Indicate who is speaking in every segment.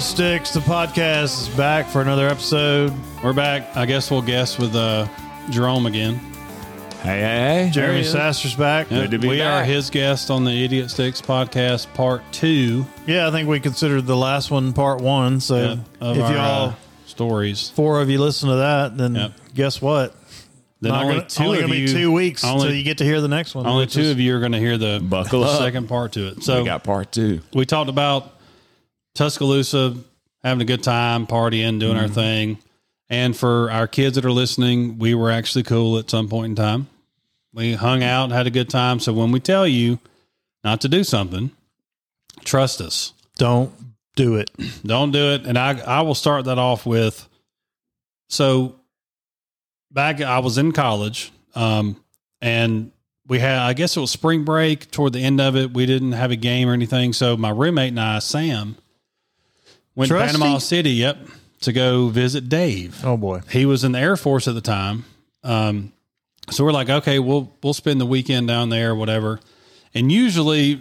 Speaker 1: Sticks, the podcast is back for another episode.
Speaker 2: We're back. I guess we'll guess with uh, Jerome again.
Speaker 3: Hey, hey, hey.
Speaker 1: Jeremy
Speaker 2: he is.
Speaker 1: Saster's back.
Speaker 2: Yeah,
Speaker 3: to be
Speaker 2: we
Speaker 3: back.
Speaker 2: are his guest on the Idiot Sticks podcast, part two
Speaker 1: Yeah, I think we considered the last one part one. So
Speaker 2: uh, of
Speaker 1: if
Speaker 2: our
Speaker 1: y'all,
Speaker 2: uh, stories.
Speaker 1: four of you listen to that, then
Speaker 2: Yep.
Speaker 1: guess what?
Speaker 2: Then
Speaker 1: Not
Speaker 2: only
Speaker 1: gonna,
Speaker 2: two
Speaker 1: only
Speaker 2: of
Speaker 1: gonna
Speaker 2: you,
Speaker 1: be two weeks
Speaker 2: Only,
Speaker 1: until you get to hear the next one.
Speaker 2: only
Speaker 1: which
Speaker 2: two
Speaker 1: is-
Speaker 2: of you are going to hear the
Speaker 3: Buckle up.
Speaker 2: second part to it. So
Speaker 3: We got part two.
Speaker 2: we talked about Tuscaloosa, having a good time, partying, doing our thing. And for our kids that are listening, we were actually cool at some point in time. We hung out, had a good time. So when we tell you not to do something, trust us.
Speaker 1: Don't do it.
Speaker 2: Don't do it. And I I will start that off with so back I was in college, um, and we had I guess it was spring break toward the end of it. We didn't have a game or anything. So my roommate and I, Sam, went
Speaker 1: Trusty?
Speaker 2: to Panama City, yep, to go visit Dave.
Speaker 1: Oh boy.
Speaker 2: He was in the Air Force at the time. Um, so we're like, okay, we'll we'll spend the weekend down there, whatever. And usually,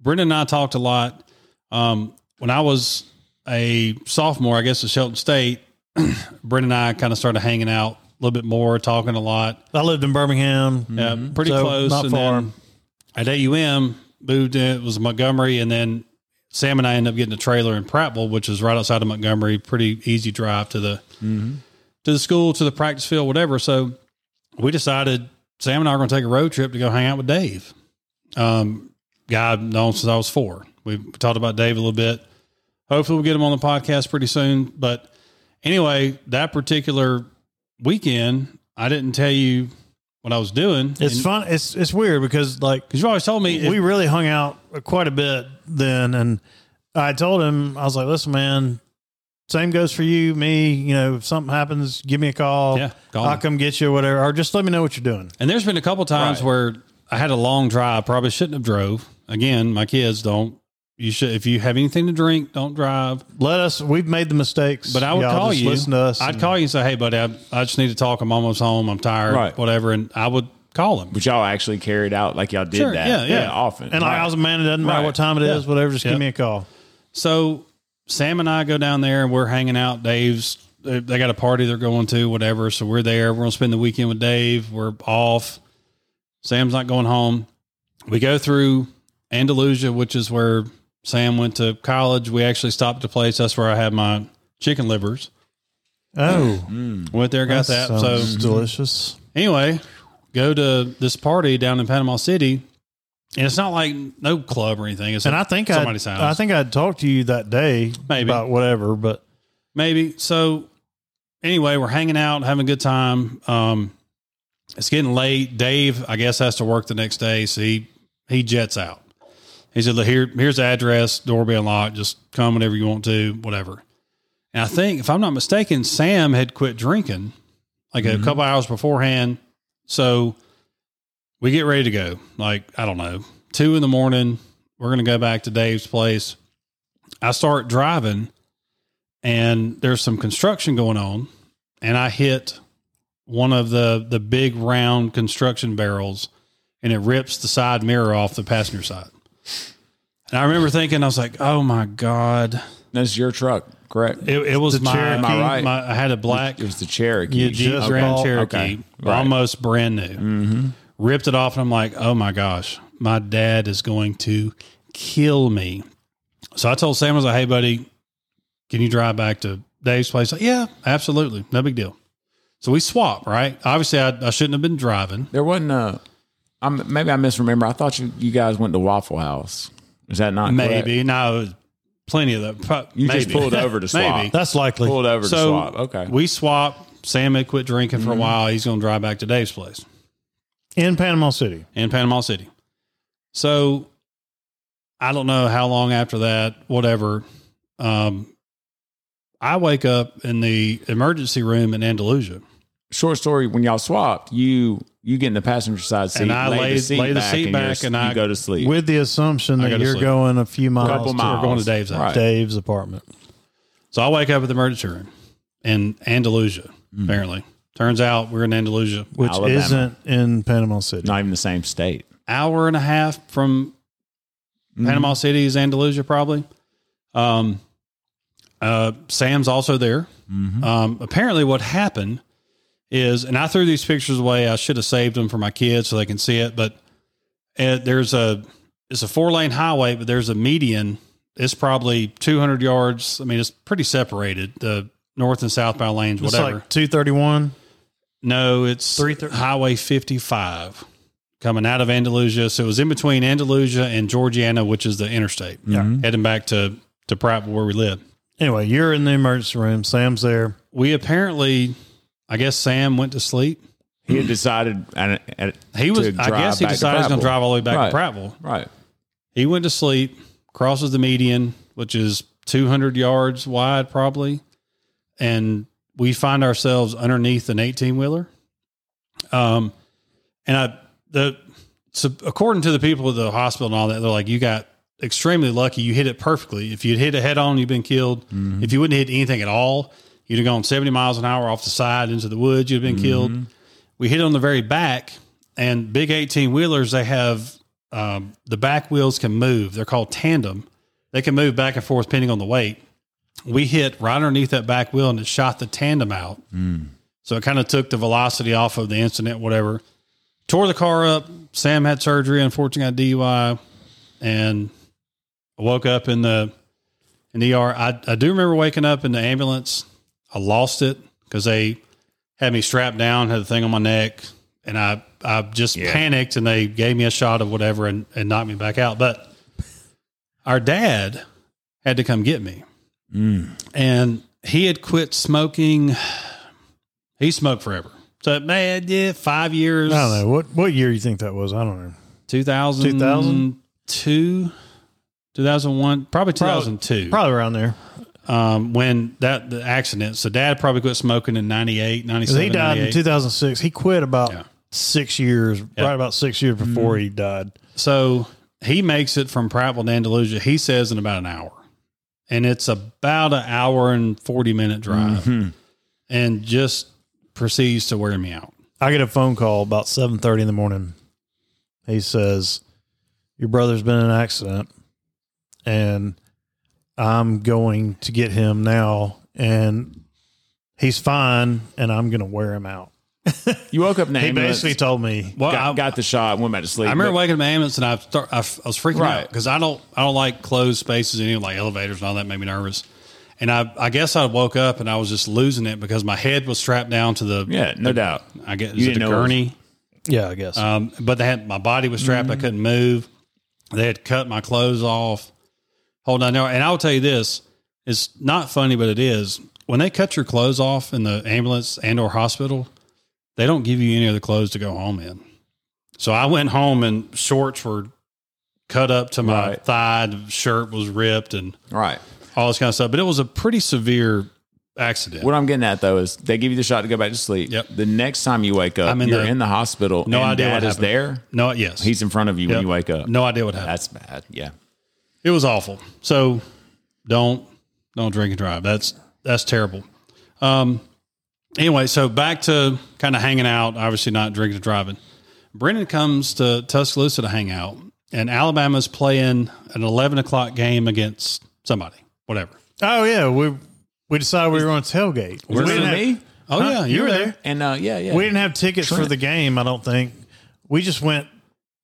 Speaker 2: Brendan and I talked a lot. Um, when I was a sophomore, I guess at Shelton State, Brendan and I kind of started hanging out a little bit more, talking a lot.
Speaker 1: I lived in Birmingham.
Speaker 2: Yeah, pretty
Speaker 1: So,
Speaker 2: close.
Speaker 1: not far.
Speaker 2: then at AUM, moved in, it was Montgomery, and then Sam and I ended up getting a trailer in Prattville, which is right outside of Montgomery. Pretty easy drive to the
Speaker 1: Mm-hmm.
Speaker 2: to the school, to the practice field, whatever. So we decided Sam and I are going to take a road trip to go hang out with Dave. Um, guy I've known since I was four. We talked about Dave a little bit. Hopefully, we'll get him on the podcast pretty soon. But anyway, that particular weekend, I didn't tell you what I was doing.
Speaker 1: It's fun. It's it's weird because like
Speaker 2: because you always told me if-
Speaker 1: we really hung out quite a bit then and i told him i was like listen man same goes for you me you know if something happens give me a call
Speaker 2: Yeah, call
Speaker 1: i'll
Speaker 2: me.
Speaker 1: come get you or whatever or just let me know what you're doing
Speaker 2: And there's been a couple times
Speaker 3: Right.
Speaker 2: where I had a long drive, probably shouldn't have drove. Again, my kids don't. You should if you have anything to drink, don't drive.
Speaker 1: let us we've made the mistakes
Speaker 2: But I would
Speaker 1: Y'all
Speaker 2: call
Speaker 1: just
Speaker 2: you.
Speaker 1: listen to us
Speaker 2: I'd
Speaker 1: and-
Speaker 2: call you and say, "Hey, buddy, I, I just need to talk. I'm almost home. I'm tired.
Speaker 3: Right.
Speaker 2: Whatever." And I would call him.
Speaker 3: But y'all actually carried out like y'all did
Speaker 2: Sure,
Speaker 3: that.
Speaker 2: yeah, yeah.
Speaker 3: often.
Speaker 1: and like,
Speaker 3: Right.
Speaker 1: i was a man it doesn't matter
Speaker 3: Right.
Speaker 1: what time it is, whatever just
Speaker 2: Yeah.
Speaker 1: give me a call
Speaker 2: So Sam and I go down there and we're hanging out. Dave's they they got a party they're going to, whatever. So we're there. We're gonna spend the weekend with Dave. We're off. Sam's not going home. We go through Andalusia, which is where Sam went to college. We actually stopped at a place. That's where I had my chicken livers.
Speaker 1: oh
Speaker 2: Went there, got that. So
Speaker 1: sounds Mm-hmm. delicious
Speaker 2: anyway, go to this party down in Panama City. And it's not like no club or anything. It's
Speaker 1: and i think i
Speaker 2: somebody's house.
Speaker 1: i think i'd talked to you that day
Speaker 2: Maybe.
Speaker 1: about whatever but
Speaker 2: maybe. So anyway, we're hanging out, having a good time. Um, it's getting late. Dave, I guess, has to work the next day, so he he jets out. He said, "Look, "Here, here's the address. Door being locked. Just come whenever you want to, whatever." And I think, if I'm not mistaken, Sam had quit drinking like a couple hours beforehand. So we get ready to go. Like I don't know, two in the morning. We're gonna go back to Dave's place. I start driving and there's some construction going on and I hit one of the the big round construction barrels and it rips the side mirror off the passenger side. And I remember thinking I was like, "Oh my god."
Speaker 3: That's your truck, correct?
Speaker 2: It, it was
Speaker 1: The
Speaker 2: my,
Speaker 1: Cherokee?
Speaker 2: my,
Speaker 3: Am I right?
Speaker 2: I had a black
Speaker 3: It was the Cherokee.
Speaker 2: Jeep
Speaker 1: just
Speaker 2: Grand
Speaker 1: bought-
Speaker 2: Cherokee,
Speaker 3: okay, right. Mm-hmm.
Speaker 2: almost brand new. Ripped it off and I'm like, "Oh my gosh, my dad is going to kill me." So I told Sam I was like, "Hey buddy, can you drive back to Dave's place? Like, yeah, absolutely. No big deal. So we swap, right? Obviously, I, I shouldn't have been driving.
Speaker 3: There wasn't a. I'm, maybe I misremember. I thought you, you guys went to Waffle House. Is that not correct?
Speaker 2: Maybe. No, it was plenty of that. Pro-
Speaker 3: You
Speaker 2: maybe.
Speaker 3: just pulled over to swap.
Speaker 2: Maybe.
Speaker 1: that's likely
Speaker 3: Pulled over to
Speaker 2: So
Speaker 3: swap. Okay. Mm-hmm.
Speaker 2: we swap. Sam had quit drinking for a while. He's going to drive back to Dave's place
Speaker 1: in panama city
Speaker 2: in Panama City. So I don't know how long after that, whatever. Um, I wake up in the emergency room in Andalusia.
Speaker 3: Short story. When y'all swapped, you you get in the passenger side seat,
Speaker 2: And I lay- lay the seat
Speaker 3: and you're-
Speaker 2: back and
Speaker 3: you
Speaker 2: I-
Speaker 3: go to sleep.
Speaker 1: with the assumption
Speaker 2: I
Speaker 1: that
Speaker 2: go to
Speaker 1: you're
Speaker 2: sleep.
Speaker 1: going a few miles, to
Speaker 3: Couple miles.
Speaker 2: We're going to Dave's house.
Speaker 3: Right.
Speaker 1: Dave's apartment.
Speaker 2: So I wake up at the emergency room in Andalusia, apparently. Turns out we're in Andalusia.
Speaker 1: which
Speaker 3: Alabama.
Speaker 1: isn't in Panama City.
Speaker 3: not even the same state.
Speaker 2: Hour and a half
Speaker 1: Mm-hmm.
Speaker 2: from Panama City is Andalusia, probably. Um, Uh, Sam's also there.
Speaker 1: Mm-hmm.
Speaker 2: Um, apparently, what happened is, and I threw these pictures away. I should have saved them for my kids so they can see it. But uh there's a it's a four lane highway, but there's a median. It's probably 200 yards. I mean, it's pretty separated. The north and southbound lanes,
Speaker 1: It's
Speaker 2: whatever.
Speaker 1: like 231.
Speaker 2: No, it's
Speaker 1: 330
Speaker 2: Highway 55 coming out of Andalusia. So it was in between Andalusia and Georgiana, which is the interstate.
Speaker 1: Yeah.
Speaker 2: Heading back to, to Pratt where we live.
Speaker 1: Anyway, you're in the emergency room. Sam's there.
Speaker 2: We apparently, I guess Sam went to sleep.
Speaker 3: He had decided at, at,
Speaker 2: Hmm. He was,
Speaker 3: to
Speaker 2: I
Speaker 3: drive
Speaker 2: guess he
Speaker 3: back
Speaker 2: decided he
Speaker 3: to
Speaker 2: was going
Speaker 3: Prattville.
Speaker 2: to drive all the way back to
Speaker 3: Right.
Speaker 2: Prattville.
Speaker 3: Right.
Speaker 2: He went to sleep, crosses the median, which is 200 yards wide, probably. And we find ourselves underneath an 18 wheeler. Um, and I, the, so according to the people at the hospital and all that, they're like, you got extremely lucky. You hit it perfectly. If you'd hit it head on, you'd been killed. If you wouldn't hit anything at all, you'd have gone 70 miles an hour off the side into the woods. You'd have been killed. We hit on the very back and big 18 wheelers. They have, um, the back wheels can move. They're called tandem. They can move back and forth depending on the weight. We hit right underneath that back wheel and it shot the tandem out. So it kind of took the velocity off of the incident, whatever. Tore the car up. Sam had surgery. Unfortunately, got DUI, and I woke up in the in the ER. I, I do remember waking up in the ambulance. I lost it because they had me strapped down, had the thing on my neck, and I I just panicked, and they gave me a shot of whatever and, and knocked me back out. But our dad had to come get me, and he had quit smoking. He smoked forever. So man, yeah, five years.
Speaker 1: I don't know. What, what year you think that was? I don't know.
Speaker 2: 2002, 2001, probably 2002.
Speaker 1: Probably around there.
Speaker 2: Um, when that the accident, so dad probably quit smoking in 98,
Speaker 1: 'Cause
Speaker 2: 97.
Speaker 1: he died
Speaker 2: 98.
Speaker 1: in 2006. He quit about
Speaker 2: Yeah.
Speaker 1: six years,
Speaker 2: Yeah. Mm-hmm.
Speaker 1: right about six years before he died.
Speaker 2: So he makes it from Prattville to Andalusia, he says, in about an hour. And it's about an hour and 40 minute drive
Speaker 1: Mm-hmm.
Speaker 2: and just proceeds to wear me out.
Speaker 1: I get a phone call about 7.30 in the morning. He says, your brother's been in an accident and I'm going to get him now and he's fine and I'm going to wear him out.
Speaker 3: You woke up in the
Speaker 1: He
Speaker 3: ambulance,
Speaker 1: basically told me,
Speaker 2: Well,
Speaker 3: got,
Speaker 2: I,
Speaker 3: got the shot, and went back to sleep.
Speaker 2: I remember
Speaker 3: But-
Speaker 2: waking up in the ambulance and I, start, I, f- I was freaking out
Speaker 3: Right.
Speaker 2: because I don't I don't like closed spaces any like elevators and all that made me nervous. And I, I guess I woke up and I was just losing it because my head was strapped down to the
Speaker 3: yeah, no doubt.
Speaker 2: I guess
Speaker 3: You
Speaker 2: is it
Speaker 3: didn't
Speaker 2: the
Speaker 3: know it was-
Speaker 2: gurney.
Speaker 1: yeah, I guess.
Speaker 2: Um, but they had my body was strapped.
Speaker 3: Mm-hmm.
Speaker 2: I couldn't move. They had cut my clothes off. Hold on, no, and I'll tell you this: it's not funny, but it is. When they cut your clothes off in the ambulance and or hospital, they don't give you any other clothes to go home in. So I went home and shorts were cut up to my
Speaker 3: Right.
Speaker 2: thigh. The shirt was ripped and
Speaker 3: Right.
Speaker 2: all this kind of stuff. But it was a pretty severe accident.
Speaker 3: What I'm getting at though is they give you the shot to go back to sleep.
Speaker 2: Yep.
Speaker 3: The next time you wake up,
Speaker 2: I'm in
Speaker 3: you're
Speaker 2: the-
Speaker 3: in the hospital.
Speaker 2: No
Speaker 3: and
Speaker 2: idea
Speaker 3: Dad
Speaker 2: what
Speaker 3: is
Speaker 2: happened.
Speaker 3: there.
Speaker 2: no, yes,
Speaker 3: He's in front of you
Speaker 2: Yep.
Speaker 3: when you wake up.
Speaker 2: no idea what happened.
Speaker 3: That's bad. Yeah.
Speaker 2: It was awful. So don't don't drink and drive. That's that's terrible. Um anyway, so back to kind of hanging out, obviously not drinking and driving. Brennan comes to Tuscaloosa to hang out, and Alabama's playing an eleven o'clock game against somebody, whatever.
Speaker 1: oh, yeah. We we decided we were going to tailgate. We
Speaker 3: Remember
Speaker 1: didn't have-
Speaker 3: me?
Speaker 2: Oh yeah, you were there.
Speaker 3: And uh, yeah, yeah.
Speaker 1: We didn't have tickets for the game, I don't think. We just went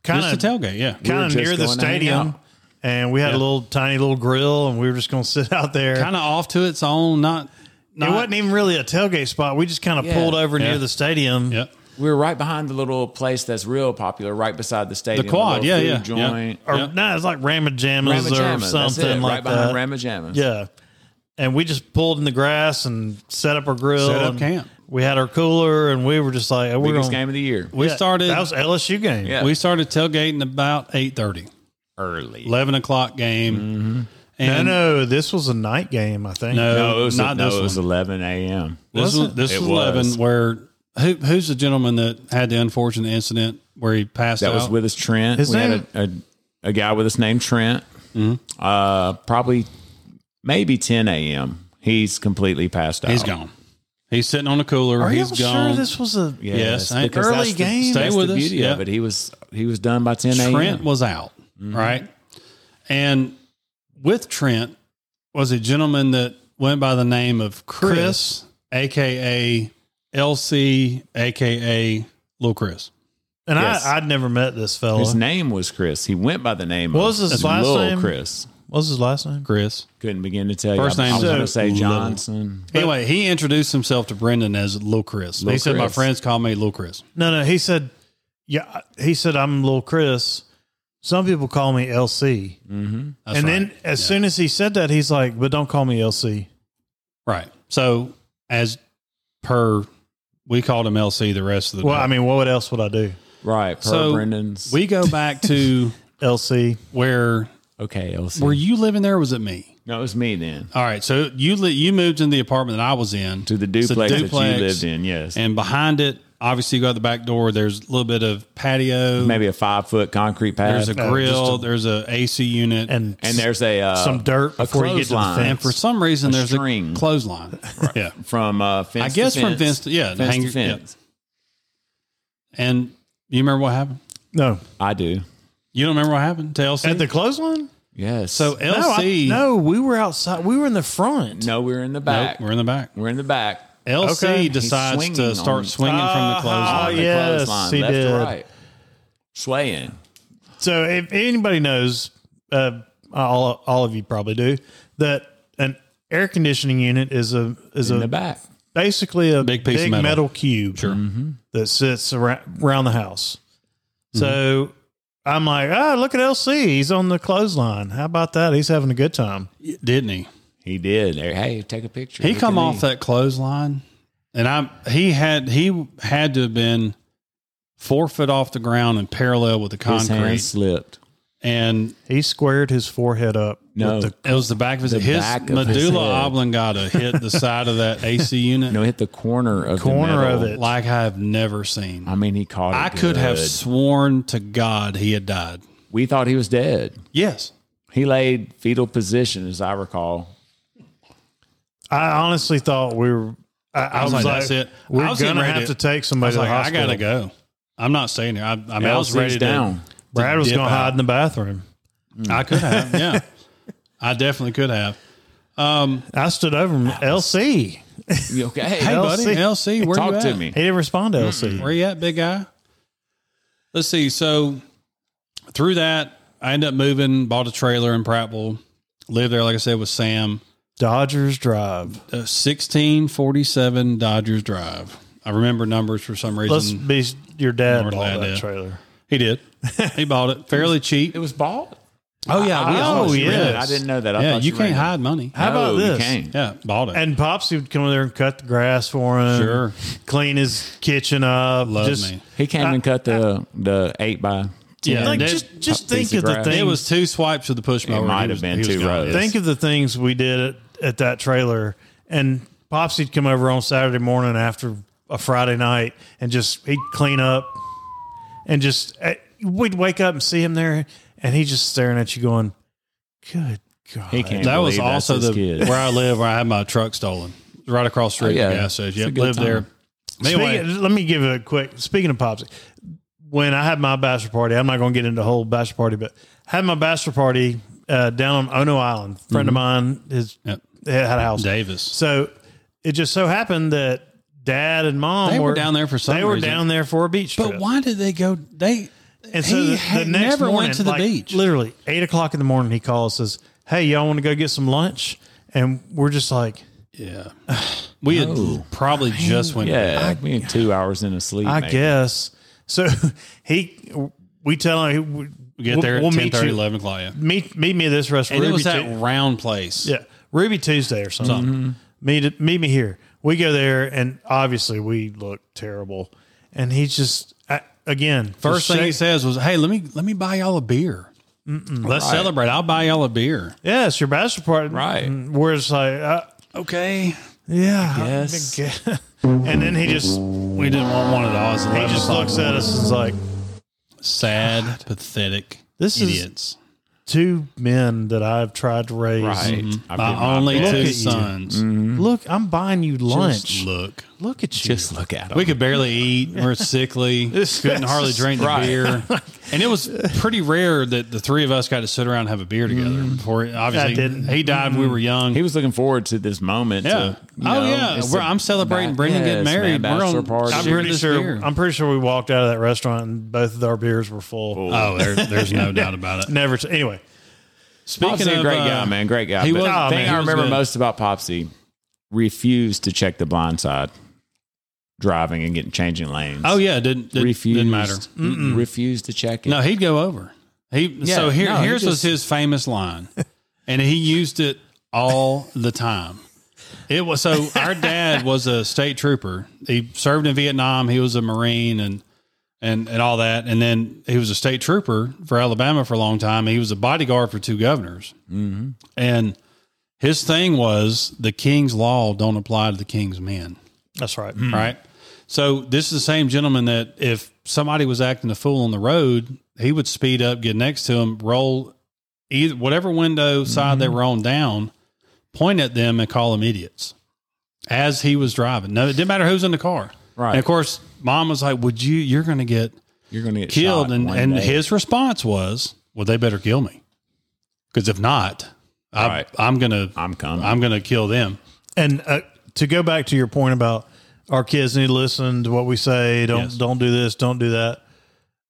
Speaker 1: kind
Speaker 2: Just
Speaker 1: of
Speaker 2: the tailgate, yeah.
Speaker 1: kind
Speaker 3: were
Speaker 1: of
Speaker 3: just
Speaker 1: near the
Speaker 3: going to hang
Speaker 1: stadium,
Speaker 3: out.
Speaker 1: and we had
Speaker 2: Yeah.
Speaker 1: a little tiny little grill, and we were just going to sit out there.
Speaker 2: Kind of off to its own, not not
Speaker 1: it wasn't even really a tailgate spot. We just kind of
Speaker 3: Yeah.
Speaker 1: pulled over
Speaker 2: Yeah.
Speaker 1: near the stadium.
Speaker 2: Yep.
Speaker 3: We were right behind the little place that's real popular, right beside the stadium.
Speaker 2: quad,
Speaker 3: little
Speaker 2: yeah,
Speaker 3: food
Speaker 2: yeah, yeah.
Speaker 3: Joint.
Speaker 1: Or
Speaker 2: Yeah.
Speaker 1: no, it's like Ramajamas
Speaker 3: Rama
Speaker 1: or
Speaker 3: Jamma, that's
Speaker 1: something
Speaker 3: it,
Speaker 1: like
Speaker 3: right behind
Speaker 1: that.
Speaker 3: Rama Jamma.
Speaker 1: yeah. And we just pulled in the grass and set up our grill.
Speaker 2: Set up
Speaker 1: and
Speaker 2: camp. we had our cooler, and we were just like, oh, we're
Speaker 3: Biggest
Speaker 1: gonna,
Speaker 3: game of the year.
Speaker 2: We started
Speaker 1: That was LSU game.
Speaker 3: Yeah.
Speaker 2: we started tailgating about eight thirty.
Speaker 3: Early.
Speaker 2: Eleven o'clock game.
Speaker 1: No,
Speaker 2: And
Speaker 1: no, this was a night game. I think.
Speaker 2: No,
Speaker 3: No, it was
Speaker 2: not
Speaker 3: not no,
Speaker 2: this
Speaker 3: it was
Speaker 2: one.
Speaker 3: 11 a.m.
Speaker 2: This was, this
Speaker 3: It
Speaker 2: was eleven.
Speaker 3: was.
Speaker 2: Where who who's the gentleman that had the unfortunate incident where he passed
Speaker 3: That
Speaker 2: out?
Speaker 3: was with us, Trent.
Speaker 1: His
Speaker 3: we
Speaker 1: name-
Speaker 3: had a, a, a guy with us named Trent.
Speaker 2: Mm-hmm.
Speaker 3: Uh, probably maybe 10 a.m. He's completely passed out.
Speaker 2: he's gone. He's sitting on a cooler.
Speaker 1: Are
Speaker 2: he's
Speaker 1: you
Speaker 2: gone.
Speaker 1: sure this was a?
Speaker 3: Yes,
Speaker 2: Yes, I-
Speaker 3: because
Speaker 1: Early
Speaker 3: that's the-
Speaker 1: game.
Speaker 2: Stay
Speaker 3: that's
Speaker 2: with
Speaker 3: the
Speaker 2: us,
Speaker 3: beauty
Speaker 2: yeah.
Speaker 3: of it. He was he was done by 10 a.m.
Speaker 2: Trent was out,
Speaker 1: Mm-hmm.
Speaker 2: right? And with Trent was a gentleman that went by the name of Chris,
Speaker 1: Chris.
Speaker 2: aka LC, aka Little Chris.
Speaker 1: And
Speaker 3: Yes.
Speaker 1: I, I'd never met this fella.
Speaker 3: His name was Chris. He went by the name
Speaker 1: What
Speaker 3: of
Speaker 1: was his last
Speaker 3: Lil
Speaker 1: name?
Speaker 3: Chris.
Speaker 1: what was his last name?
Speaker 2: Chris.
Speaker 3: Couldn't begin to tell you.
Speaker 2: First
Speaker 3: I-
Speaker 2: name
Speaker 3: I was
Speaker 2: was
Speaker 3: going to say
Speaker 2: Little.
Speaker 3: Johnson.
Speaker 2: Anyway, he introduced himself to Brendan as Little Chris.
Speaker 3: Lil
Speaker 2: he said, "My
Speaker 3: Chris.
Speaker 2: friends call me Little Chris."
Speaker 1: No, no. He said, "Yeah." He said, "I'm little Chris." Some people call me LC.
Speaker 3: hmm
Speaker 2: That's
Speaker 1: and
Speaker 2: right.
Speaker 1: then as soon as he said that, he's like, "But don't call me LC."
Speaker 2: right. So as per, we called him LC the rest of the
Speaker 1: Well,
Speaker 2: day.
Speaker 1: I mean, what else would I do?
Speaker 3: Right. Per
Speaker 2: So,
Speaker 3: Brendan's.
Speaker 2: we go back to
Speaker 1: LC.
Speaker 2: where
Speaker 3: okay. LC.
Speaker 2: were you living there? Or was it me?
Speaker 3: no, it was me then.
Speaker 2: All right. So you li- you moved in the apartment that I was in
Speaker 3: To the
Speaker 2: It's a
Speaker 3: duplex, that
Speaker 2: duplex.
Speaker 3: you lived in, yes.
Speaker 2: and behind it, obviously, you go out the back door. There's a little bit of patio.
Speaker 3: Maybe a five foot concrete pad.
Speaker 2: there's a
Speaker 1: just
Speaker 2: grill.
Speaker 1: a-
Speaker 2: there's a AC unit.
Speaker 1: And
Speaker 3: and there's a uh,
Speaker 1: Some dirt
Speaker 3: a
Speaker 1: before you get to the
Speaker 3: clothesline
Speaker 1: fence.
Speaker 2: And for some reason,
Speaker 3: A
Speaker 2: there's
Speaker 3: string.
Speaker 2: a clothesline. Yeah.
Speaker 3: from uh, fence.
Speaker 2: I
Speaker 3: to
Speaker 2: guess from
Speaker 3: fence,
Speaker 2: fence to- yeah,
Speaker 3: fence
Speaker 2: hanger-
Speaker 3: to fence.
Speaker 2: And you remember what happened?
Speaker 1: no
Speaker 3: I do.
Speaker 2: You don't remember what happened to LC?
Speaker 1: at the clothesline.
Speaker 3: Yes.
Speaker 2: so eh,
Speaker 1: No,
Speaker 2: LC.
Speaker 1: I- no, we were outside. We were in the front.
Speaker 3: no, we're in the
Speaker 2: Nope,
Speaker 3: back.
Speaker 2: we're in the back.
Speaker 3: we're in the back.
Speaker 2: LC
Speaker 1: Okay. He's
Speaker 2: decides
Speaker 3: swinging
Speaker 2: to start
Speaker 3: on-
Speaker 2: swinging from the
Speaker 1: Ah,
Speaker 2: clothesline.
Speaker 1: Oh, yes, he
Speaker 3: left
Speaker 1: did.
Speaker 3: to right, swaying.
Speaker 1: So if anybody knows, uh, all all of you probably do that. An air conditioning unit is a is
Speaker 3: in
Speaker 1: a
Speaker 3: the back.
Speaker 1: basically a
Speaker 2: Big piece of metal.
Speaker 1: cube
Speaker 2: Mm-hmm.
Speaker 1: that sits around, around the house. So
Speaker 2: Mm-hmm.
Speaker 1: I'm like, oh, look at LC. He's on the clothesline. How about that? He's having a good time.
Speaker 2: Didn't he?
Speaker 3: He did. There, Hey, take a picture.
Speaker 2: He
Speaker 3: Look
Speaker 2: come
Speaker 3: at
Speaker 2: off
Speaker 3: me.
Speaker 2: that clothesline, and I he had he had to have been four foot off the ground and parallel with the
Speaker 3: His hand
Speaker 2: concrete,
Speaker 3: slipped.
Speaker 2: and
Speaker 1: He squared his forehead up.
Speaker 3: No.
Speaker 1: With the,
Speaker 2: it was the back of his
Speaker 3: The
Speaker 2: his
Speaker 3: back of his
Speaker 2: medulla
Speaker 3: head.
Speaker 2: oblongata hit the side of that AC unit
Speaker 3: No, hit the corner of
Speaker 1: Corner
Speaker 3: the
Speaker 1: of
Speaker 3: metal.
Speaker 1: it.
Speaker 2: like I have never seen.
Speaker 3: I mean, he caught it.
Speaker 2: I could have
Speaker 3: Oh, good.
Speaker 2: sworn to God he had died.
Speaker 3: We thought he was dead.
Speaker 2: Yes,
Speaker 3: He laid fetal position, as I recall.
Speaker 1: I honestly thought we were. I, I,
Speaker 2: was
Speaker 1: was,
Speaker 2: like,
Speaker 1: like,
Speaker 2: "That's it."
Speaker 1: We're
Speaker 2: I was
Speaker 1: gonna
Speaker 2: getting ready
Speaker 1: have to
Speaker 2: to-
Speaker 1: take
Speaker 2: I
Speaker 1: somebody
Speaker 2: was
Speaker 1: to the
Speaker 2: like, I
Speaker 1: hospital.
Speaker 2: gotta go. I'm not staying here. I, I mean, I was
Speaker 3: LC's
Speaker 2: ready to
Speaker 3: down.
Speaker 1: Brad was
Speaker 2: dip
Speaker 1: going to
Speaker 2: out.
Speaker 1: hide in the bathroom.
Speaker 2: I could have. Yeah, I definitely could have. Um,
Speaker 1: I stood over him. LC.
Speaker 3: You okay?
Speaker 2: hey,
Speaker 1: LC.
Speaker 2: buddy, LC, where
Speaker 3: Talk
Speaker 2: you
Speaker 3: to
Speaker 2: at?
Speaker 3: me.
Speaker 1: He didn't respond to LC.
Speaker 2: Where you at, big guy? Let's see. So through that, I ended up moving, bought a trailer in Prattville, lived there, like I said, with Sam.
Speaker 1: Dodgers Drive.
Speaker 2: Uh, 1647 Dodgers Drive. I remember numbers for some reason.
Speaker 1: Let's be your dad
Speaker 2: Lord
Speaker 1: bought
Speaker 2: lad,
Speaker 1: that
Speaker 2: yeah.
Speaker 1: trailer.
Speaker 2: he did. He bought it fairly cheap.
Speaker 3: It was bought.
Speaker 2: Oh, yeah.
Speaker 1: I-
Speaker 2: all-
Speaker 1: Oh,
Speaker 3: you rented it.
Speaker 1: yes.
Speaker 3: I didn't know that. I
Speaker 2: yeah,
Speaker 3: thought
Speaker 2: you can't
Speaker 3: rented it.
Speaker 2: hide money.
Speaker 1: How
Speaker 3: No,
Speaker 1: about this?
Speaker 3: You can't.
Speaker 2: Yeah, bought it.
Speaker 1: And Popsy would come over there and cut the grass for him.
Speaker 2: Sure.
Speaker 1: Clean his kitchen up.
Speaker 2: Love
Speaker 1: just,
Speaker 2: me.
Speaker 3: He came and cut the the eight by ten.
Speaker 2: Yeah,
Speaker 1: Like,
Speaker 2: that-
Speaker 1: just just
Speaker 3: piece
Speaker 1: think
Speaker 3: of
Speaker 1: of the
Speaker 3: grass.
Speaker 1: things.
Speaker 2: It was two swipes of the push mower.
Speaker 3: might
Speaker 2: He
Speaker 3: have
Speaker 2: was-
Speaker 3: been
Speaker 2: he was
Speaker 3: two
Speaker 2: gone.
Speaker 3: rows.
Speaker 1: think of the things we did at, at that trailer. And Popsy'd come over on Saturday morning after a Friday night and just he'd clean up and just eh, we'd wake up and see him there and he's just staring at you going, "Good God!"
Speaker 3: He can't.
Speaker 2: that was
Speaker 3: believe that's
Speaker 2: also
Speaker 3: his
Speaker 2: the
Speaker 3: kid.
Speaker 2: where I live, where I had my truck stolen, right across the street.
Speaker 3: Oh, yeah.
Speaker 2: yeah, gas station.
Speaker 3: It's a
Speaker 2: Yep,
Speaker 3: good
Speaker 2: lived there.
Speaker 3: time.
Speaker 2: Anyway,
Speaker 1: Speaking- let me give a quick. Speaking of pops, when I had my bachelor party, I'm not going to get into the whole bachelor party, but I had my bachelor party uh, down on Ono Island. friend of
Speaker 2: Mm-hmm.
Speaker 1: mine his
Speaker 2: Yep.
Speaker 1: had a house.
Speaker 2: Davis.
Speaker 1: So it just so happened that dad and mom
Speaker 2: They were down there for some
Speaker 1: They were
Speaker 2: reason.
Speaker 1: down there for a beach trip.
Speaker 2: But why did they go? They
Speaker 1: And so
Speaker 2: he
Speaker 1: the,
Speaker 2: had
Speaker 1: the next
Speaker 2: never
Speaker 1: morning,
Speaker 2: went to the
Speaker 1: like,
Speaker 2: beach.
Speaker 1: Literally eight o'clock in the morning, he calls says, "Hey, y'all want to go get some lunch?" And we're just like,
Speaker 2: Yeah, we had
Speaker 1: Oh.
Speaker 2: probably just went.
Speaker 3: Yeah, we had two hours in a sleep.
Speaker 1: I
Speaker 3: maybe.
Speaker 1: guess. So he, we tell him, we,
Speaker 2: We get there
Speaker 1: we'll
Speaker 2: at 10,
Speaker 1: meet you-
Speaker 2: 11 o'clock. Yeah.
Speaker 1: meet meet me at this restaurant.
Speaker 2: And it was
Speaker 1: Ruby
Speaker 2: that
Speaker 1: Tu-
Speaker 2: round place.
Speaker 1: yeah, Ruby Tuesday or something.
Speaker 2: Mm-hmm.
Speaker 1: Meet meet me here. We go there, and obviously we look terrible. And he's just I, again
Speaker 2: First
Speaker 1: just
Speaker 2: thing he
Speaker 1: shake-
Speaker 2: says was, "Hey, let me let me buy y'all a beer. Let's celebrate. I'll buy y'all a beer."
Speaker 1: yeah, it's your bachelor party,
Speaker 3: Right.
Speaker 1: And We're just like, uh,
Speaker 2: Okay.
Speaker 1: yeah, I
Speaker 3: guess.
Speaker 1: guess. and then he just
Speaker 2: We didn't want one of those.
Speaker 1: he just looks at us and is like,
Speaker 2: sad, pathetic.
Speaker 1: This is-
Speaker 2: idiots.
Speaker 1: two men that I've tried to raise.
Speaker 3: Right. I did
Speaker 2: Mm-hmm. my only
Speaker 1: best.
Speaker 2: two
Speaker 1: Look at you.
Speaker 2: sons.
Speaker 1: Look, I'm buying you lunch.
Speaker 2: Mm-hmm. Just look.
Speaker 3: Look at you. Just look at him.
Speaker 2: We could barely eat. We're sickly. couldn't hardly drink the
Speaker 3: Right.
Speaker 2: beer. And it was pretty rare that the three of us got to sit around and have a beer together. Before obviously
Speaker 1: I didn't. Mm-hmm.
Speaker 2: he died when we were young.
Speaker 3: he was looking forward to this moment.
Speaker 2: yeah.
Speaker 3: to, you
Speaker 2: oh
Speaker 3: know,
Speaker 2: yeah.
Speaker 3: it's
Speaker 2: We're,
Speaker 3: a
Speaker 2: I'm celebrating
Speaker 3: ba-
Speaker 2: Brendan
Speaker 3: yes,
Speaker 2: getting married.
Speaker 3: Man,
Speaker 2: We're
Speaker 3: bachelor
Speaker 2: on.
Speaker 3: party.
Speaker 2: I'm
Speaker 1: I'm pretty
Speaker 2: this
Speaker 1: sure.
Speaker 2: beer.
Speaker 1: I'm pretty sure we walked out of that restaurant and both of our beers were full. Uh,
Speaker 2: oh, there, there's no doubt about it.
Speaker 1: Never. T- anyway,
Speaker 2: Speaking
Speaker 3: Popsy,
Speaker 2: of
Speaker 3: a great
Speaker 2: uh,
Speaker 3: guy, man, great guy.
Speaker 2: he
Speaker 3: But
Speaker 2: was-
Speaker 1: oh,
Speaker 3: the thing
Speaker 1: man, he
Speaker 3: I
Speaker 2: was
Speaker 3: remember
Speaker 2: good.
Speaker 3: most about Popsy refused to check the blind side, driving and getting changing lanes.
Speaker 2: Oh yeah, didn't didn't,
Speaker 3: refused.
Speaker 2: didn't matter.
Speaker 3: Mm-mm. Refused to check it.
Speaker 2: No, he'd go over. He so here
Speaker 3: no, he
Speaker 2: here's was
Speaker 3: just-
Speaker 2: his famous line, and he used it all the time. It was so our dad was a state trooper. He served in Vietnam. He was a Marine and and and all that. And then he was a state trooper for Alabama for a long time. He was a bodyguard for two governors.
Speaker 3: Mm-hmm.
Speaker 2: And his thing was the king's law don't apply to the king's men
Speaker 1: that's right.
Speaker 3: Hmm.
Speaker 2: right? So this is the same gentleman that if somebody was acting a fool on the road, he would speed up, get next to him, roll either whatever window side
Speaker 3: Mm-hmm.
Speaker 2: they were on down, point at them and call them idiots as he was driving. No, it didn't matter who's in the car.
Speaker 3: Right.
Speaker 2: And of course, mom was like, "Would you? You're going to get
Speaker 3: You're going to get
Speaker 2: killed."
Speaker 3: shot
Speaker 2: And
Speaker 3: one
Speaker 2: and
Speaker 3: day.
Speaker 2: his response was, "Well, they better kill me, because if not, I,
Speaker 3: Right.
Speaker 2: I'm gonna
Speaker 3: I'm coming.
Speaker 2: I'm gonna kill them."
Speaker 1: And uh, to go back to your point about our kids need to listen to what we say. Don't
Speaker 2: Yes.
Speaker 1: don't do this. Don't do that.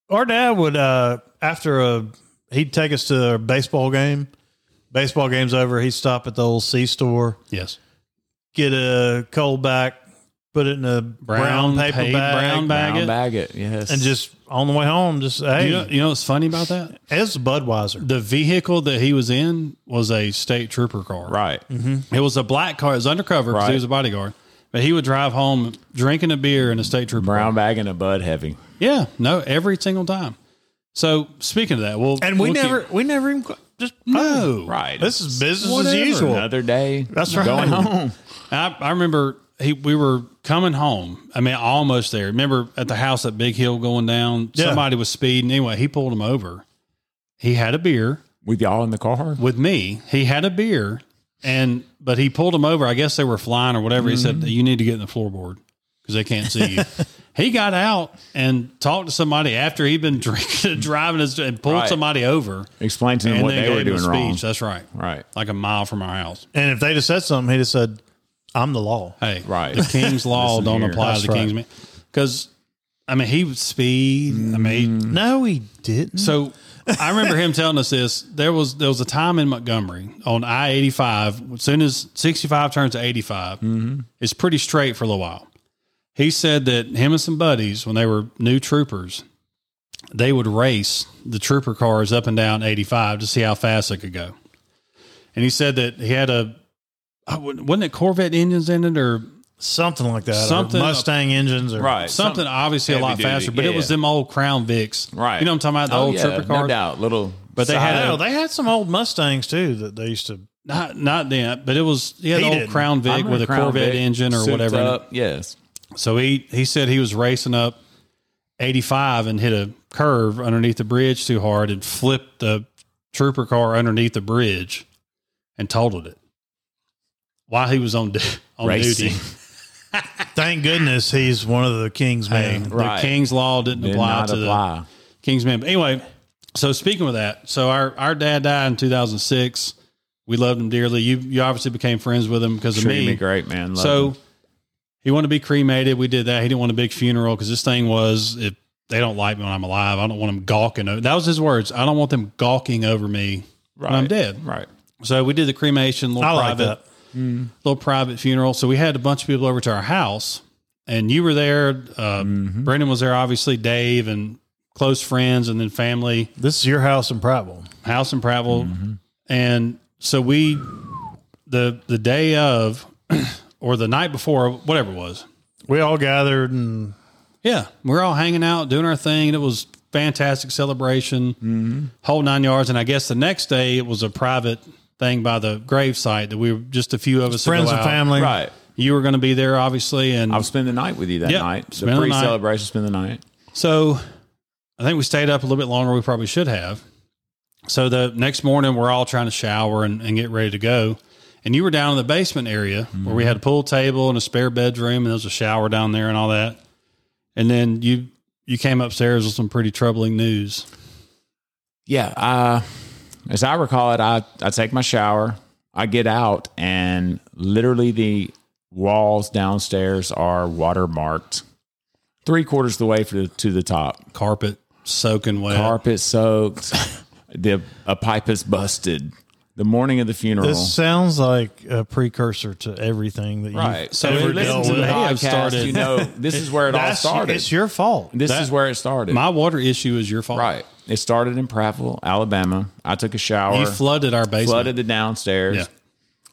Speaker 1: Our dad would uh, after a he'd take us to a baseball game. Baseball game's over. He'd stop at the old C store,
Speaker 2: Yes.
Speaker 1: get a cold back, put it in a brown,
Speaker 2: Brown
Speaker 1: paper
Speaker 2: pa-
Speaker 1: bag,
Speaker 2: brown bag
Speaker 3: Brown
Speaker 2: it.
Speaker 3: bag it. Yes.
Speaker 1: and just on the way home, just hey,
Speaker 2: You know, you know what's funny about that?
Speaker 1: it's Budweiser.
Speaker 2: the vehicle that he was in was a state trooper car.
Speaker 3: right.
Speaker 2: It was a black car. It was undercover because
Speaker 3: Right.
Speaker 2: he was a bodyguard. But he would drive home drinking a beer in a state trooper.
Speaker 3: Brown
Speaker 2: car.
Speaker 3: bag and a bud heavy.
Speaker 2: Yeah. No, every single time. So speaking of that, well,
Speaker 1: And we
Speaker 2: we'll keep- Oh.
Speaker 1: never we never even just
Speaker 2: no
Speaker 3: Right.
Speaker 1: This is business
Speaker 2: Whatever.
Speaker 1: as usual.
Speaker 3: another day.
Speaker 1: That's right.
Speaker 3: Going home.
Speaker 2: I, I remember he, we were coming home. I mean, almost there. Remember at the house at Big Hill going down.
Speaker 1: Yeah.
Speaker 2: Somebody was speeding. Anyway, he pulled him over. He had a beer.
Speaker 3: With y'all in the car.
Speaker 2: with me. He had a beer, and but he pulled him over. I guess they were flying or whatever. He
Speaker 3: Mm-hmm.
Speaker 2: said, "You need to get in the floorboard because they can't see you." he got out and talked to somebody after he'd been drinking, driving, his, and pulled
Speaker 3: Right.
Speaker 2: somebody over,
Speaker 3: Explain to them
Speaker 2: and
Speaker 3: what
Speaker 2: then
Speaker 3: they were
Speaker 2: gave him a
Speaker 3: doing wrong.
Speaker 2: speech. That's right,
Speaker 3: Right.
Speaker 2: like a mile from our house.
Speaker 1: And if they'd have said something, he'd have said, I'm the law.
Speaker 2: Hey,
Speaker 3: Right.
Speaker 2: The king's law
Speaker 3: Listen
Speaker 2: don't
Speaker 3: here.
Speaker 2: apply
Speaker 1: That's
Speaker 2: to the king's man because. I mean, he would speed. I
Speaker 3: Mm-hmm.
Speaker 2: mean,
Speaker 1: No, he didn't.
Speaker 2: So I remember him telling us this. There was there was a time in Montgomery on I eighty five. As soon as sixty five turns to eighty
Speaker 3: Mm-hmm.
Speaker 2: it's pretty straight for a little while. He said that him and some buddies, when they were new troopers, they would race the trooper cars up and down eighty five to see how fast they could go. And he said that he had a I wouldn't- wasn't it Corvette engines in it or
Speaker 1: something like that. or
Speaker 2: Something-
Speaker 1: Mustang engines or
Speaker 3: Right.
Speaker 2: something obviously a
Speaker 3: heavy
Speaker 2: lot
Speaker 3: duty,
Speaker 2: faster, but it was
Speaker 3: yeah.
Speaker 2: them old Crown Vics,
Speaker 3: Right.
Speaker 2: You know what I'm talking about? The
Speaker 3: oh,
Speaker 2: old
Speaker 3: yeah,
Speaker 2: trooper cars.
Speaker 3: No doubt. Little.
Speaker 2: But they had
Speaker 1: I
Speaker 2: a-
Speaker 1: know, they had some old Mustangs too that they used to
Speaker 2: Not not then, but it was he had
Speaker 1: He
Speaker 2: an old
Speaker 1: didn't.
Speaker 2: Crown
Speaker 3: I
Speaker 2: Vic
Speaker 3: remember
Speaker 2: with a
Speaker 3: Crown
Speaker 2: Corvette
Speaker 3: Vic
Speaker 2: engine or
Speaker 3: souped
Speaker 2: whatever. in it.
Speaker 3: up, Yes.
Speaker 2: So he he said he was racing up 85 and hit a curve underneath the bridge too hard and flipped the trooper car underneath the bridge and totaled it while he was on du- on
Speaker 3: Racing.
Speaker 2: duty.
Speaker 1: thank goodness he's one of the king's men.
Speaker 2: The
Speaker 3: Right.
Speaker 2: King's law didn't
Speaker 3: Did
Speaker 2: apply
Speaker 3: not
Speaker 2: to the
Speaker 3: apply.
Speaker 2: King's Man. But anyway, so speaking with that, so our, our dad died in 2006. We loved him dearly. You you obviously became friends with him because of
Speaker 3: Treated
Speaker 2: me.
Speaker 3: me great, man. Love
Speaker 2: so
Speaker 3: him.
Speaker 2: he wanted to be cremated. We did that. He didn't want a big funeral because this thing was if they don't like me when I'm alive, I don't want them gawking. o- That was his words. I don't want them gawking over me
Speaker 3: right.
Speaker 2: when I'm dead.
Speaker 3: Right.
Speaker 2: So we did the cremation, little
Speaker 1: I like
Speaker 2: private,
Speaker 1: that.
Speaker 2: little private funeral. So we had a bunch of people over to our house, and you were there. Uh,
Speaker 3: Mm-hmm.
Speaker 2: Brendan was there, obviously. Dave and close friends, and then family,
Speaker 1: This is your house in Prattville.
Speaker 2: house and travel,
Speaker 3: Mm-hmm.
Speaker 2: and so we the the day of or the night before, whatever it was,
Speaker 1: We all gathered and
Speaker 2: Yeah, we're all hanging out, doing our thing, and it was fantastic celebration,
Speaker 1: Mm-hmm.
Speaker 2: whole nine yards. And I guess the next day it was a private thing by the gravesite that we were just a few of us that
Speaker 1: friends
Speaker 2: go
Speaker 1: and
Speaker 2: out.
Speaker 1: family.
Speaker 3: Right.
Speaker 2: You were going to be there, obviously, and
Speaker 3: I'll spend the night with you that
Speaker 2: Yeah,
Speaker 3: night. So
Speaker 2: spend the night.
Speaker 3: pre celebration, spend the night.
Speaker 2: so I think we stayed up a little bit longer. than We probably should have. So the next morning we're all trying to shower and, and get ready to go, And you were down in the basement area where
Speaker 1: Mm-hmm.
Speaker 2: we had a pool table and a spare bedroom, and there was a shower down there and all that. And then you you came upstairs with some pretty troubling news.
Speaker 3: Yeah. Uh, as I recall it, I, I take my shower, I get out, and literally the walls downstairs are watermarked three quarters of the way for, to the top.
Speaker 2: Carpet soaking wet.
Speaker 3: Carpet soaked, the a pipe is busted. The morning of the funeral.
Speaker 1: This sounds like a precursor to everything that you
Speaker 3: right. So
Speaker 2: Never
Speaker 3: if you listen
Speaker 2: dealt
Speaker 3: to
Speaker 2: with
Speaker 3: the
Speaker 2: it. I've
Speaker 3: podcast,
Speaker 2: started-
Speaker 3: you know this is where it all
Speaker 1: That's,
Speaker 3: started.
Speaker 1: it's your fault.
Speaker 3: This is where it started.
Speaker 2: My water issue is your fault.
Speaker 3: right. It started in Prattville, Alabama. I took a shower.
Speaker 2: You flooded our basement.
Speaker 3: flooded the downstairs.
Speaker 2: Yeah.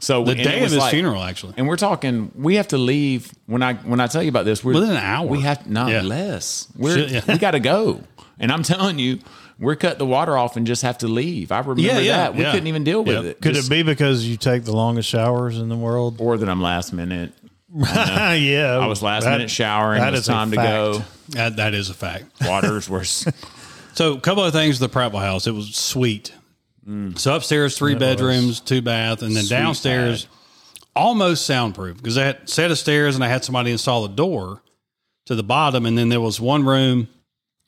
Speaker 3: So
Speaker 2: the
Speaker 3: and it
Speaker 2: day of
Speaker 3: was
Speaker 2: his
Speaker 3: like-
Speaker 2: funeral, actually.
Speaker 3: and we're talking. We have to leave when I when I tell you about this. We're,
Speaker 2: Within an hour.
Speaker 3: We have not
Speaker 2: Yeah.
Speaker 3: less. We're,
Speaker 2: Shit, yeah.
Speaker 3: We got to go. And I'm telling you, we're cut the water off and just have to leave. I remember
Speaker 2: Yeah, yeah,
Speaker 3: that. We
Speaker 2: yeah.
Speaker 3: couldn't even deal with
Speaker 2: Yep.
Speaker 3: it.
Speaker 1: Could
Speaker 3: Just-
Speaker 1: it be because you take the longest showers in the world?
Speaker 3: or that I'm last minute?
Speaker 1: yeah,
Speaker 3: I was last minute showering.
Speaker 1: that
Speaker 3: it was
Speaker 1: is a
Speaker 3: time to
Speaker 1: fact.
Speaker 3: go.
Speaker 2: That, that is a fact.
Speaker 3: Waters were s-
Speaker 2: So, a couple of things at the Prattville house. It was sweet.
Speaker 3: Mm.
Speaker 2: So, upstairs, three bedrooms, two bath, and then downstairs, almost soundproof because I had set of stairs and I had somebody install a door to the bottom. And then there was one room,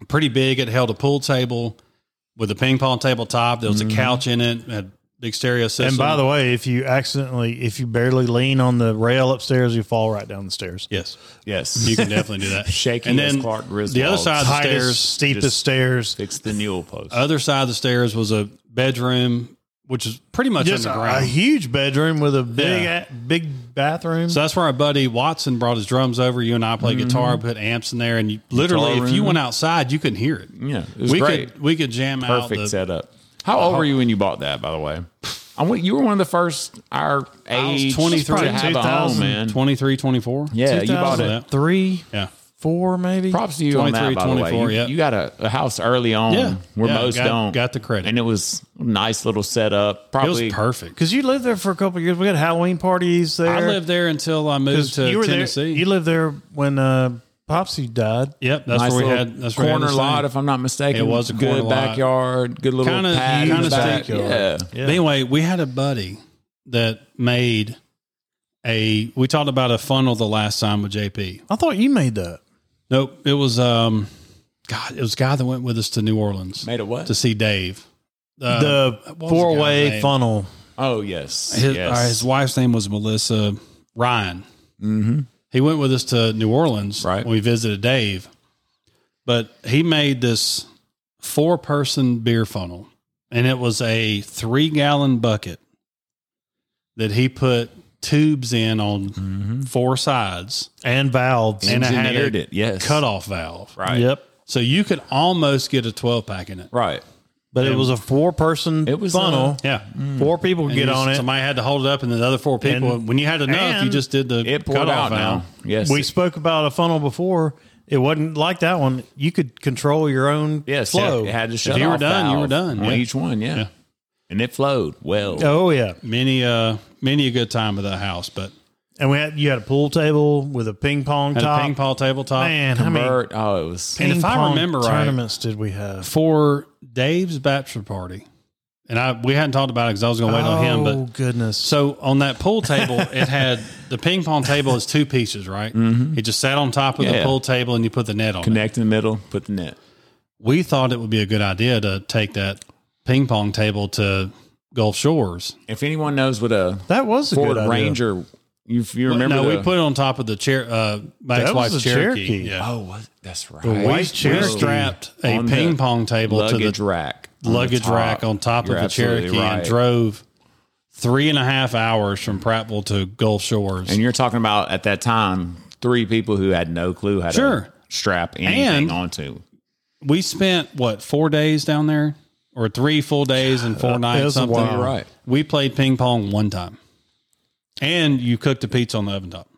Speaker 2: pretty big. It held a pool table with a ping pong table top. There was
Speaker 3: Mm-hmm.
Speaker 2: a couch in it, had big stereo system.
Speaker 1: And by the way, if you accidentally, if you barely lean on the rail upstairs, you fall right down the stairs.
Speaker 2: yes,
Speaker 3: yes.
Speaker 2: you can definitely do that.
Speaker 3: Shaky
Speaker 2: and
Speaker 3: as
Speaker 2: then
Speaker 3: Clark
Speaker 2: the other
Speaker 3: Griswold's.
Speaker 2: side of the
Speaker 1: Tightest,
Speaker 2: stairs,
Speaker 1: steepest
Speaker 3: just-
Speaker 1: stairs.
Speaker 3: fix the newel post.
Speaker 2: other side of the stairs was a bedroom, which is pretty much
Speaker 1: Just a, a
Speaker 2: underground.
Speaker 1: huge bedroom with a big,
Speaker 2: Yeah.
Speaker 1: a- big bathroom.
Speaker 2: so that's where our buddy Watson brought his drums over. You and I played guitar, put amps in there, and you, literally,
Speaker 3: Mm-hmm. Guitar
Speaker 2: if you
Speaker 3: room.
Speaker 2: went outside, you couldn't hear it.
Speaker 3: yeah, it was
Speaker 2: we
Speaker 3: great.
Speaker 2: could we could jam
Speaker 3: Perfect
Speaker 2: out. The,
Speaker 3: setup. How old were you when you bought that? By the way, I went, you were one of the first our age
Speaker 2: 23.
Speaker 3: to have a home,
Speaker 1: 2000.
Speaker 3: man.
Speaker 2: 23, 24?
Speaker 3: Yeah, you bought it.
Speaker 1: three,
Speaker 2: Yeah.
Speaker 1: four, maybe.
Speaker 3: Props to you on that,
Speaker 2: 23,
Speaker 3: by the way.
Speaker 2: 24,
Speaker 3: You,
Speaker 2: yeah.
Speaker 3: you got a, a house early on
Speaker 2: Yeah.
Speaker 3: where
Speaker 2: Yeah,
Speaker 3: most
Speaker 2: got-
Speaker 3: don't.
Speaker 2: got the credit.
Speaker 3: And it was a nice little setup.
Speaker 2: It was
Speaker 3: Probably
Speaker 2: perfect.
Speaker 1: Because you lived there for a couple of years. We had Halloween parties there.
Speaker 2: I lived there until I
Speaker 1: 'Cause
Speaker 2: moved to
Speaker 1: you were
Speaker 2: Tennessee.
Speaker 1: There, you lived there when uh, Popsy died.
Speaker 2: yep, that's
Speaker 3: nice
Speaker 2: where we
Speaker 3: little
Speaker 2: had that's where we had
Speaker 3: corner
Speaker 2: this
Speaker 3: lot,
Speaker 2: thing.
Speaker 3: if I'm not mistaken.
Speaker 2: It was a corner
Speaker 3: good
Speaker 2: lot.
Speaker 3: backyard, good little
Speaker 2: Kinda-
Speaker 3: pad. in
Speaker 2: kinda
Speaker 3: the back.
Speaker 2: steak yard.
Speaker 3: Yeah.
Speaker 1: Yeah.
Speaker 2: But anyway, we had a buddy that made a. We talked about a funnel the last time with JP.
Speaker 1: I thought you made that.
Speaker 2: Nope, it was um, God, it was a guy that went with us to New Orleans
Speaker 3: Made a what?
Speaker 2: to see Dave. Uh,
Speaker 1: the
Speaker 2: what was guy's
Speaker 1: four way
Speaker 2: name?
Speaker 1: funnel.
Speaker 3: oh, yes.
Speaker 2: His,
Speaker 3: yes.
Speaker 2: all right, his wife's name was Melissa Ryan. He went with us to New Orleans.
Speaker 3: Mm-hmm. Right.
Speaker 2: when we visited Dave, but he made this four person beer funnel, and it was a three gallon bucket that he put tubes in on
Speaker 3: Mm-hmm.
Speaker 2: four sides
Speaker 1: and valves.
Speaker 2: and I had
Speaker 3: Engineered
Speaker 2: a
Speaker 3: it. Yes.
Speaker 2: cutoff valve.
Speaker 3: Right.
Speaker 1: Yep.
Speaker 2: So you could almost get a 12 pack in it.
Speaker 3: Right.
Speaker 1: But it was a four person
Speaker 3: It was,
Speaker 1: funnel.
Speaker 2: uh, Yeah.
Speaker 1: Four people could
Speaker 2: And
Speaker 1: get
Speaker 2: you-
Speaker 1: on it.
Speaker 2: Somebody had to hold it up, and then the other four people.
Speaker 1: And-
Speaker 2: when you had enough, you
Speaker 1: and
Speaker 2: just did the
Speaker 3: It poured
Speaker 2: cutoff
Speaker 3: out
Speaker 2: valve.
Speaker 3: now. Yes.
Speaker 1: We spoke about a funnel before. It wasn't like that one. You could control your own
Speaker 3: yes.
Speaker 1: flow.
Speaker 3: It had to shut
Speaker 2: you were
Speaker 3: off
Speaker 2: done, you were
Speaker 3: valve
Speaker 2: done.
Speaker 3: On
Speaker 2: Yeah.
Speaker 3: each one. Yeah. And it flowed well.
Speaker 1: oh yeah.
Speaker 2: Many, uh, many a good time at that house, but
Speaker 1: And we had you had a pool table with a ping pong
Speaker 2: had
Speaker 1: top.
Speaker 2: a ping pong tabletop.
Speaker 1: Man, how many
Speaker 3: Convert. oh, it was.
Speaker 1: ping
Speaker 2: if I
Speaker 1: pong
Speaker 2: remember right-
Speaker 1: tournaments did we have?
Speaker 2: For Dave's bachelor party, and I we hadn't talked about it because I was going to wait on him, but
Speaker 1: oh goodness.
Speaker 2: So on that pool table, it had the ping pong table is two pieces, right? It just sat on top of the
Speaker 3: Mm-hmm. Yeah.
Speaker 2: pool table, and you put the net on. it.
Speaker 3: Connect in the middle, put the net.
Speaker 2: We thought it would be a good idea to take that ping pong table to Gulf Shores.
Speaker 3: If anyone knows what a
Speaker 1: that was a
Speaker 3: Ford
Speaker 1: good idea.
Speaker 3: Ranger, you, if you remember?
Speaker 2: no, we
Speaker 3: the-
Speaker 2: put it on top of the chair. Uh, my
Speaker 1: That was
Speaker 2: ex-wife's
Speaker 1: a
Speaker 2: Cherokee.
Speaker 1: Cherokee.
Speaker 2: Yeah.
Speaker 3: Oh, what? That's right.
Speaker 1: white
Speaker 2: We
Speaker 1: Cherokee
Speaker 2: strapped a
Speaker 3: on
Speaker 2: ping
Speaker 3: the
Speaker 2: pong table to the
Speaker 3: luggage rack, on the
Speaker 2: luggage
Speaker 3: top.
Speaker 2: rack on top
Speaker 3: You're
Speaker 2: of the
Speaker 3: absolutely
Speaker 2: Cherokee and
Speaker 3: right.
Speaker 2: drove three and a half hours from Prattville to Gulf Shores.
Speaker 3: And you're talking about at that time three people who had no clue how
Speaker 2: Sure.
Speaker 3: to strap anything
Speaker 2: And-
Speaker 3: onto.
Speaker 2: we spent what four days down there, or three full days and
Speaker 3: Uh,
Speaker 2: four
Speaker 1: it
Speaker 2: nights.
Speaker 1: was a
Speaker 2: Something
Speaker 1: while.
Speaker 3: Right.
Speaker 2: We played ping pong one time, and you cooked a pizza on the oven top.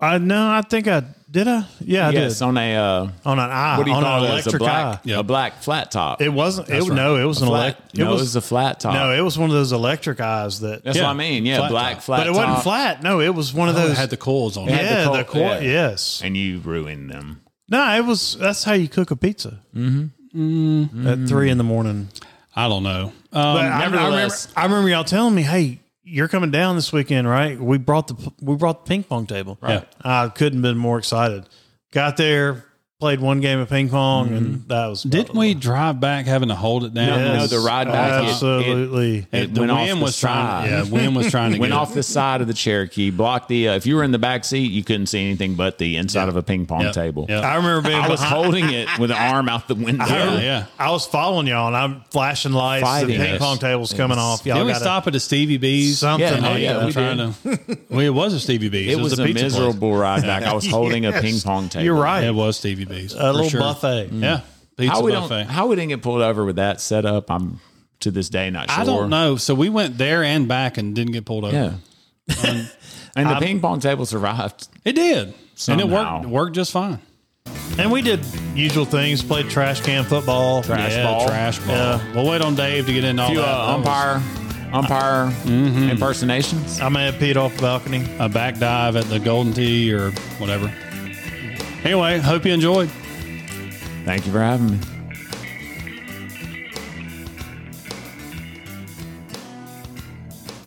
Speaker 1: I no, I think I did. I yeah, I
Speaker 3: yes,
Speaker 1: did
Speaker 3: on a uh,
Speaker 1: on an eye
Speaker 3: what do you
Speaker 1: on
Speaker 3: call
Speaker 1: an
Speaker 3: it? It was A
Speaker 1: electric eye.
Speaker 3: black,
Speaker 2: Yeah.
Speaker 3: a black flat top.
Speaker 1: It wasn't. It, No, it was an
Speaker 3: flat,
Speaker 1: elect.
Speaker 3: no, it was, a flat top.
Speaker 1: no, it was one of those electric eyes that.
Speaker 3: that's
Speaker 2: yeah,
Speaker 3: what I mean. Yeah,
Speaker 2: flat
Speaker 3: black
Speaker 2: top.
Speaker 3: flat.
Speaker 1: but it wasn't
Speaker 3: top,
Speaker 1: flat. No, it was one of those.
Speaker 2: It had the coils on
Speaker 3: Yeah.
Speaker 2: it.
Speaker 1: yeah,
Speaker 3: the
Speaker 1: the
Speaker 3: cor-
Speaker 1: cor-
Speaker 3: yeah.
Speaker 1: yes.
Speaker 3: and you ruined them.
Speaker 1: No, it was. That's how you cook a pizza. Mm-hmm. At three in the morning.
Speaker 2: I don't Um, know.
Speaker 1: But
Speaker 2: Um,
Speaker 1: I- I, remember,
Speaker 3: nevertheless-
Speaker 1: I remember y'all telling me, "Hey, you're coming down this weekend, right? We brought the we brought the ping pong table.
Speaker 2: Right.
Speaker 1: I couldn't have been more excited. Got there, played one game of ping pong,
Speaker 3: Mm-hmm.
Speaker 1: and that was
Speaker 2: Didn't we drive back having to hold it down?
Speaker 3: No, the ride back, it-
Speaker 1: Absolutely.
Speaker 2: It- the
Speaker 3: went off
Speaker 2: wind
Speaker 3: the
Speaker 2: was
Speaker 3: side.
Speaker 2: trying. Yeah, wind was trying to
Speaker 3: went
Speaker 2: get
Speaker 3: off the side of the Cherokee, blocked the. Uh, if you were in the back seat, you couldn't see anything but the inside of a ping pong
Speaker 2: Yep.
Speaker 3: table.
Speaker 2: Yep.
Speaker 1: I remember being
Speaker 3: I was
Speaker 1: behind-
Speaker 3: holding it with an arm out the window.
Speaker 2: Yeah, yeah.
Speaker 1: I was following y'all, and I'm flashing lights.
Speaker 3: Fighting
Speaker 1: the ping
Speaker 3: us.
Speaker 1: pong tables coming off. Y'all
Speaker 2: Didn't we
Speaker 1: gotta-
Speaker 2: stop at a Stevie B's?
Speaker 1: Something.
Speaker 3: Yeah,
Speaker 1: like
Speaker 3: oh, yeah,
Speaker 1: that.
Speaker 3: we
Speaker 2: trying to. Well, it was a Stevie B's.
Speaker 3: It, was, a,
Speaker 2: pizza place.
Speaker 3: miserable ride back. I was holding a ping pong table.
Speaker 1: You're right.
Speaker 2: It was Stevie B's.
Speaker 1: a little buffet.
Speaker 2: Yeah, pizza
Speaker 3: How we
Speaker 2: buffet.
Speaker 3: don't? How we didn't get pulled over with that setup? I'm to this day not sure.
Speaker 2: I don't know. So we went there and back and didn't get pulled over.
Speaker 3: Yeah. and the ping pong table survived.
Speaker 2: It did, and it
Speaker 3: Somehow.
Speaker 2: worked. it Worked just fine.
Speaker 1: And we did usual things. Played trash can football.
Speaker 3: Trash
Speaker 2: yeah,
Speaker 3: ball.
Speaker 2: trash ball.
Speaker 1: Yeah.
Speaker 2: We'll wait on Dave to get into all
Speaker 3: Few,
Speaker 2: that.
Speaker 3: uh,
Speaker 2: That was
Speaker 3: umpire, umpire impersonations.
Speaker 1: I may have peed off the balcony.
Speaker 2: a back dive at the Golden Tee or whatever. Anyway, hope you enjoyed.
Speaker 3: Thank you for having me.